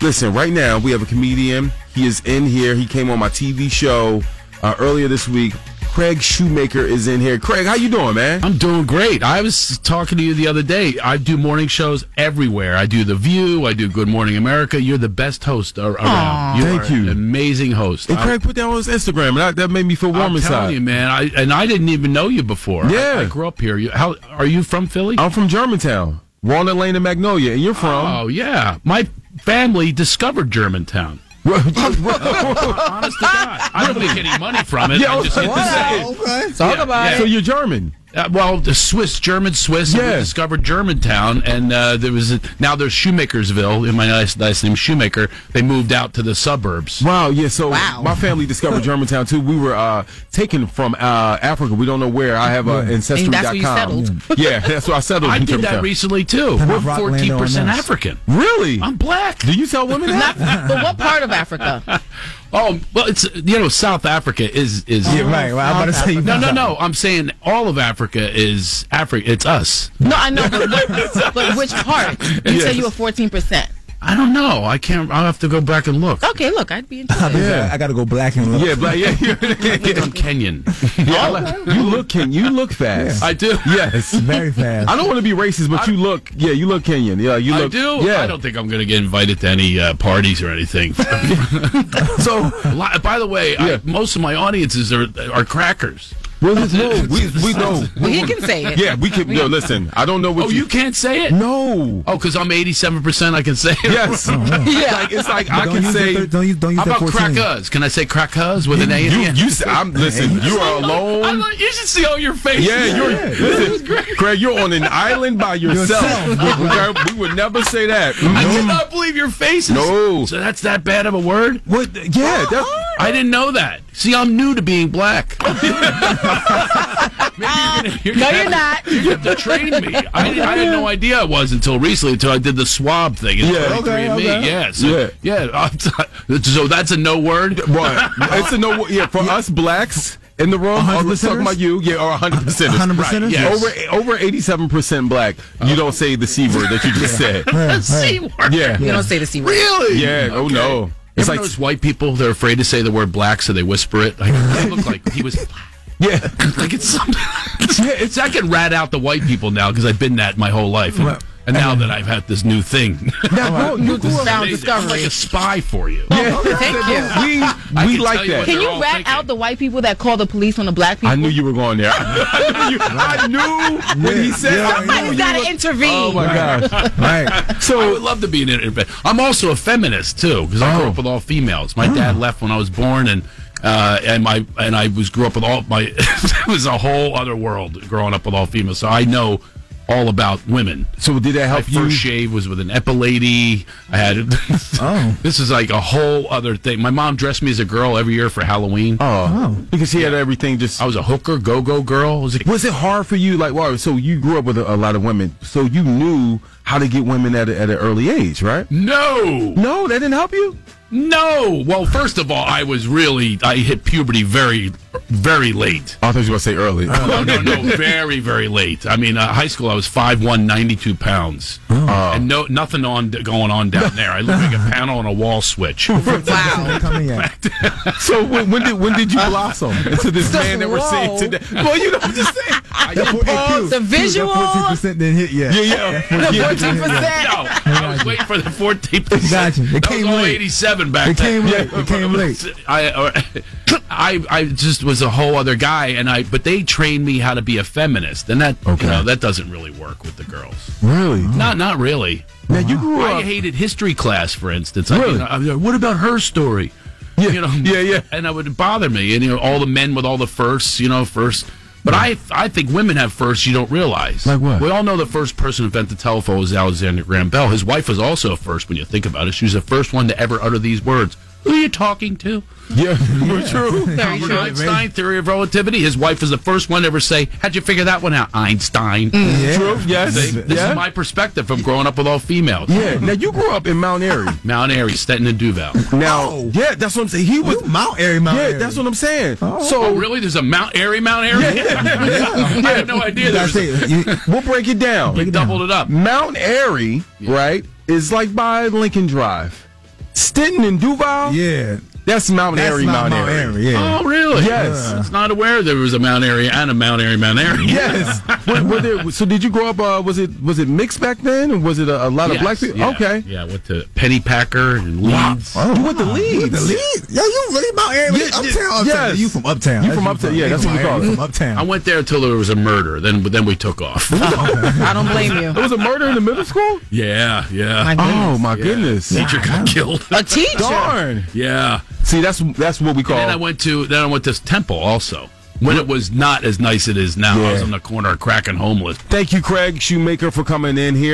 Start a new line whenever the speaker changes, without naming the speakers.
Listen, right now we have a comedian. He is in here. He came on my TV show uh, earlier this week. Craig Shoemaker is in here. Craig, how you doing, man?
I'm doing great. I was talking to you the other day. I do morning shows everywhere. I do The View. I do Good Morning America. You're the best host ar- around. You
Thank
are
you.
an amazing host.
and Craig put that on his Instagram, and that, that made me feel warm
I'm
inside.
telling you, man. I, and I didn't even know you before. I-
Yeah. Um,
I, grew up here. You, how are you from Philly?
I'm from Germantown, Walnut Lane and Magnolia, and you're from.
oh yeah, my family discovered Germantown. Honest to God, I don't make any money from it.
Yeah,
I just get to say.
wow.
Okay.
Talk
Yeah,
about
yeah.
it.
so you're German.
Uh, well, the Swiss, German Swiss, and we
Yeah.
discovered Germantown, and uh, there was a, now there's Shoemakersville. In my nice, nice name, Shoemaker. They moved out to the suburbs.
Wow, yeah. So
Wow.
my family discovered Germantown too. We were uh, taken from uh, Africa. We don't know where. I have uh, ancestry.com.
And that's where you settled.
Yeah, that's where I settled.
I
in
did that
Germantown.
recently too. We're
of Rock
fourteen percent
Landau and us.
African.
Really?
I'm black.
Do you tell women that?
But what part of Africa?
Oh well, it's you know South Africa is is
Yeah, right. Well, I'm about to say you
no no no. I'm saying all of Africa is Africa. It's us.
No, I know, but, what, but which part? You said you were fourteen percent.
I don't know. I can't. I'll have to go back and look.
Okay, look, I'd be interested.
I gotta go black and look.
Yeah, black. Yeah, yeah.
I'm Kenyan.
Yeah, I like- you look Ken. You look fast.
I do.
yes.
Very fast.
I don't want to be racist, but you look. Yeah, you look Kenyan. Yeah, you
I
look.
do.
Yeah.
I don't think I'm going to get invited to any uh, parties or anything.
So
Li- By the way,
Yeah.
I, most of my audiences are are crackers.
we'll
Oh,
just- no, we we know.
Well, he can say it.
Yeah, we can. Yo, listen. I don't know what
Oh, you can't say it?
No.
Oh, because I'm 87%, I can say it.
Yes. yeah. Like it's like I
don't
can
use
say.
the thir- don't use, don't use
How
that
about
14.
crackers? Can I say crackers with an A
You,
in it?
you, s- I'm listen. You are
I
alone.
like- you should see all your faces.
Yeah, you're listen, Craig. You're on an island by yourself.
Yourself.
Okay, we would never say that.
I cannot believe your faces.
No.
So that's that bad of a word?
What? Yeah, that's,
I didn't know that. See, I'm new to being black.
No, you're not.
You have to train me. I, didn't- I had no idea I was until recently, until I did the swab thing. It's
Yeah.
23 and
Okay,
me.
okay.
Yeah, so, yeah. I'm- so that's a no word?
Right. it's a no. Yeah, for us blacks in the room, oh, let's talk
100%ers?
about you. Yeah, or 100 percent.
100%ers?
Right, yes. Over over 87 percent black. You don't say the c word that you just said.
Yeah,
C
right.
word.
Yeah.
You
Yeah.
don't say the c word.
Really?
Oh no. It's like
those white people, they're afraid to say the word black, so they whisper it. Like, they look like he was
yeah.
like it's some. it's I can rat out the white people now because I've been that my whole life, and,
Right.
and now that I've had this new thing,
Now, bro, you grew up-
Sound
Amazing. I'm like
discovery.
a spy for you.
Oh, Thank you.
we
I
we
can
like
tell you
that.
what-
Can
They're
you
all
rat
thinking.
out the white people that call the police on the black people?
I knew you were going there. I knew, you, I knew when he said
Yeah.
I knew
Somebody's
you
got
were-
to intervene.
Oh my gosh.
Right.
I
So
would love to be an interview. I'm also a feminist too because I
Oh.
grew up with all females.
Hmm.
My dad left when I was born, and uh, and my and I was grew up with all my. it was a whole other world growing up with all females. So I know all about women.
so did that
My
help
first
you?
shave was with an epilady. I had.
Oh.
This is like a whole other thing. My mom dressed me as a girl every year for Halloween.
Oh, because he had everything just
I was a hooker, go go girl. I was a-
Was it hard for you? Like, wow, so you grew up with a, a lot of women, so you knew how to get women at, a, at an early age, right?
no,
No, that didn't help you.
no. Well, first of all, I was really I hit puberty very, very late.
Oh, I thought you were gonna say early.
No, no, no, very, very late. I mean, uh, high school, I was 5'1", 92 pounds,
Oh.
Uh, and no, nothing on going on down there. I looked like a panel on a wall switch.
Don't come in yet.
so when, when did when did you blossom into this man that we're seeing
Whoa.
today? Well, you know, I'm just saying.
That four- hey, Q,
the
Q, that
visual-
14% didn't hit yet.
Yeah, yeah, yeah.
No, I was waiting for the 14th.
Gotcha. It
That
came
was all
late.
87 back
It
then.
came late. It came late.
I, or- I, I just was a whole other guy, and I. But they trained me how to be a feminist, and that
Okay.
you know that doesn't really work with the girls.
Really?
Hmm.
Not, not really.
Now you grew
I
up.
hated history class, for instance.
uh, Really?
I, mean, I- what about her story?
Yeah,
You know,
yeah, yeah.
And it would bother me. And you know, all the men with all the firsts, you know, first. But I, I think women have firsts you don't realize.
Like what?
We all know the first person who invented the telephone was Alexander Graham Bell. His wife was also a first when you think about it. She was the first one to ever utter these words. Who are you talking to?
Yeah, true.
Very
Albert
true.
Einstein, theory of relativity. His wife was the first one to ever say, "How'd you figure that one out, Einstein?"
Yeah.
True. Mm. Yes.
This
yeah.
is my perspective from growing up with all females.
yeah. Now you grew up in Mount Airy.
Mount Airy, Stetton, and Duval.
Now, yeah, that's what I'm saying. He was.
You Mount Airy, Mount
Yeah,
Airy.
that's what I'm saying. So
Oh, really? There's a Mount Airy, Mount Airy? I had no idea. There
That's
was a,
it. You-
we'll break it down.
they doubled it up.
Mount Airy, right, is like by Lincoln Drive. Stinton and Duval?
Yeah.
That's Mount
That's
Airy, Mount,
not Mount
Airy.
Airy. Yeah.
Oh, really?
Yes.
It's not aware there was a Mount Airy and a Mount Airy, Mount Airy.
Yes. Were- were there- so did you grow up? Uh, was it was it mixed back then, or was it a, a lot of
Yes,
black people?
yeah,
Okay.
Yeah, with the Penny Packer and Leeds.
You went to Leeds.
The lead? Yo, you really Mount Airy?
Yeah,
uptown,
yeah,
uptown.
yes.
You from uptown?
You
That's
from
you
uptown, yeah,
You
that's
from
what we
Miami,
call
you
it.
From
I
uptown.
went there until there was a murder. Then then we took off.
I don't blame
It
you.
was a murder in the middle school.
yeah, yeah.
My goodness.
Oh my goodness.
Teacher got killed.
A teacher.
Darn.
yeah.
See, that's that's what we call.
Then I went to then I went to temple also. When it was not as nice it is now. I was
Yeah.
on the corner cracking homeless.
Thank you, Craig Shoemaker, for coming in here.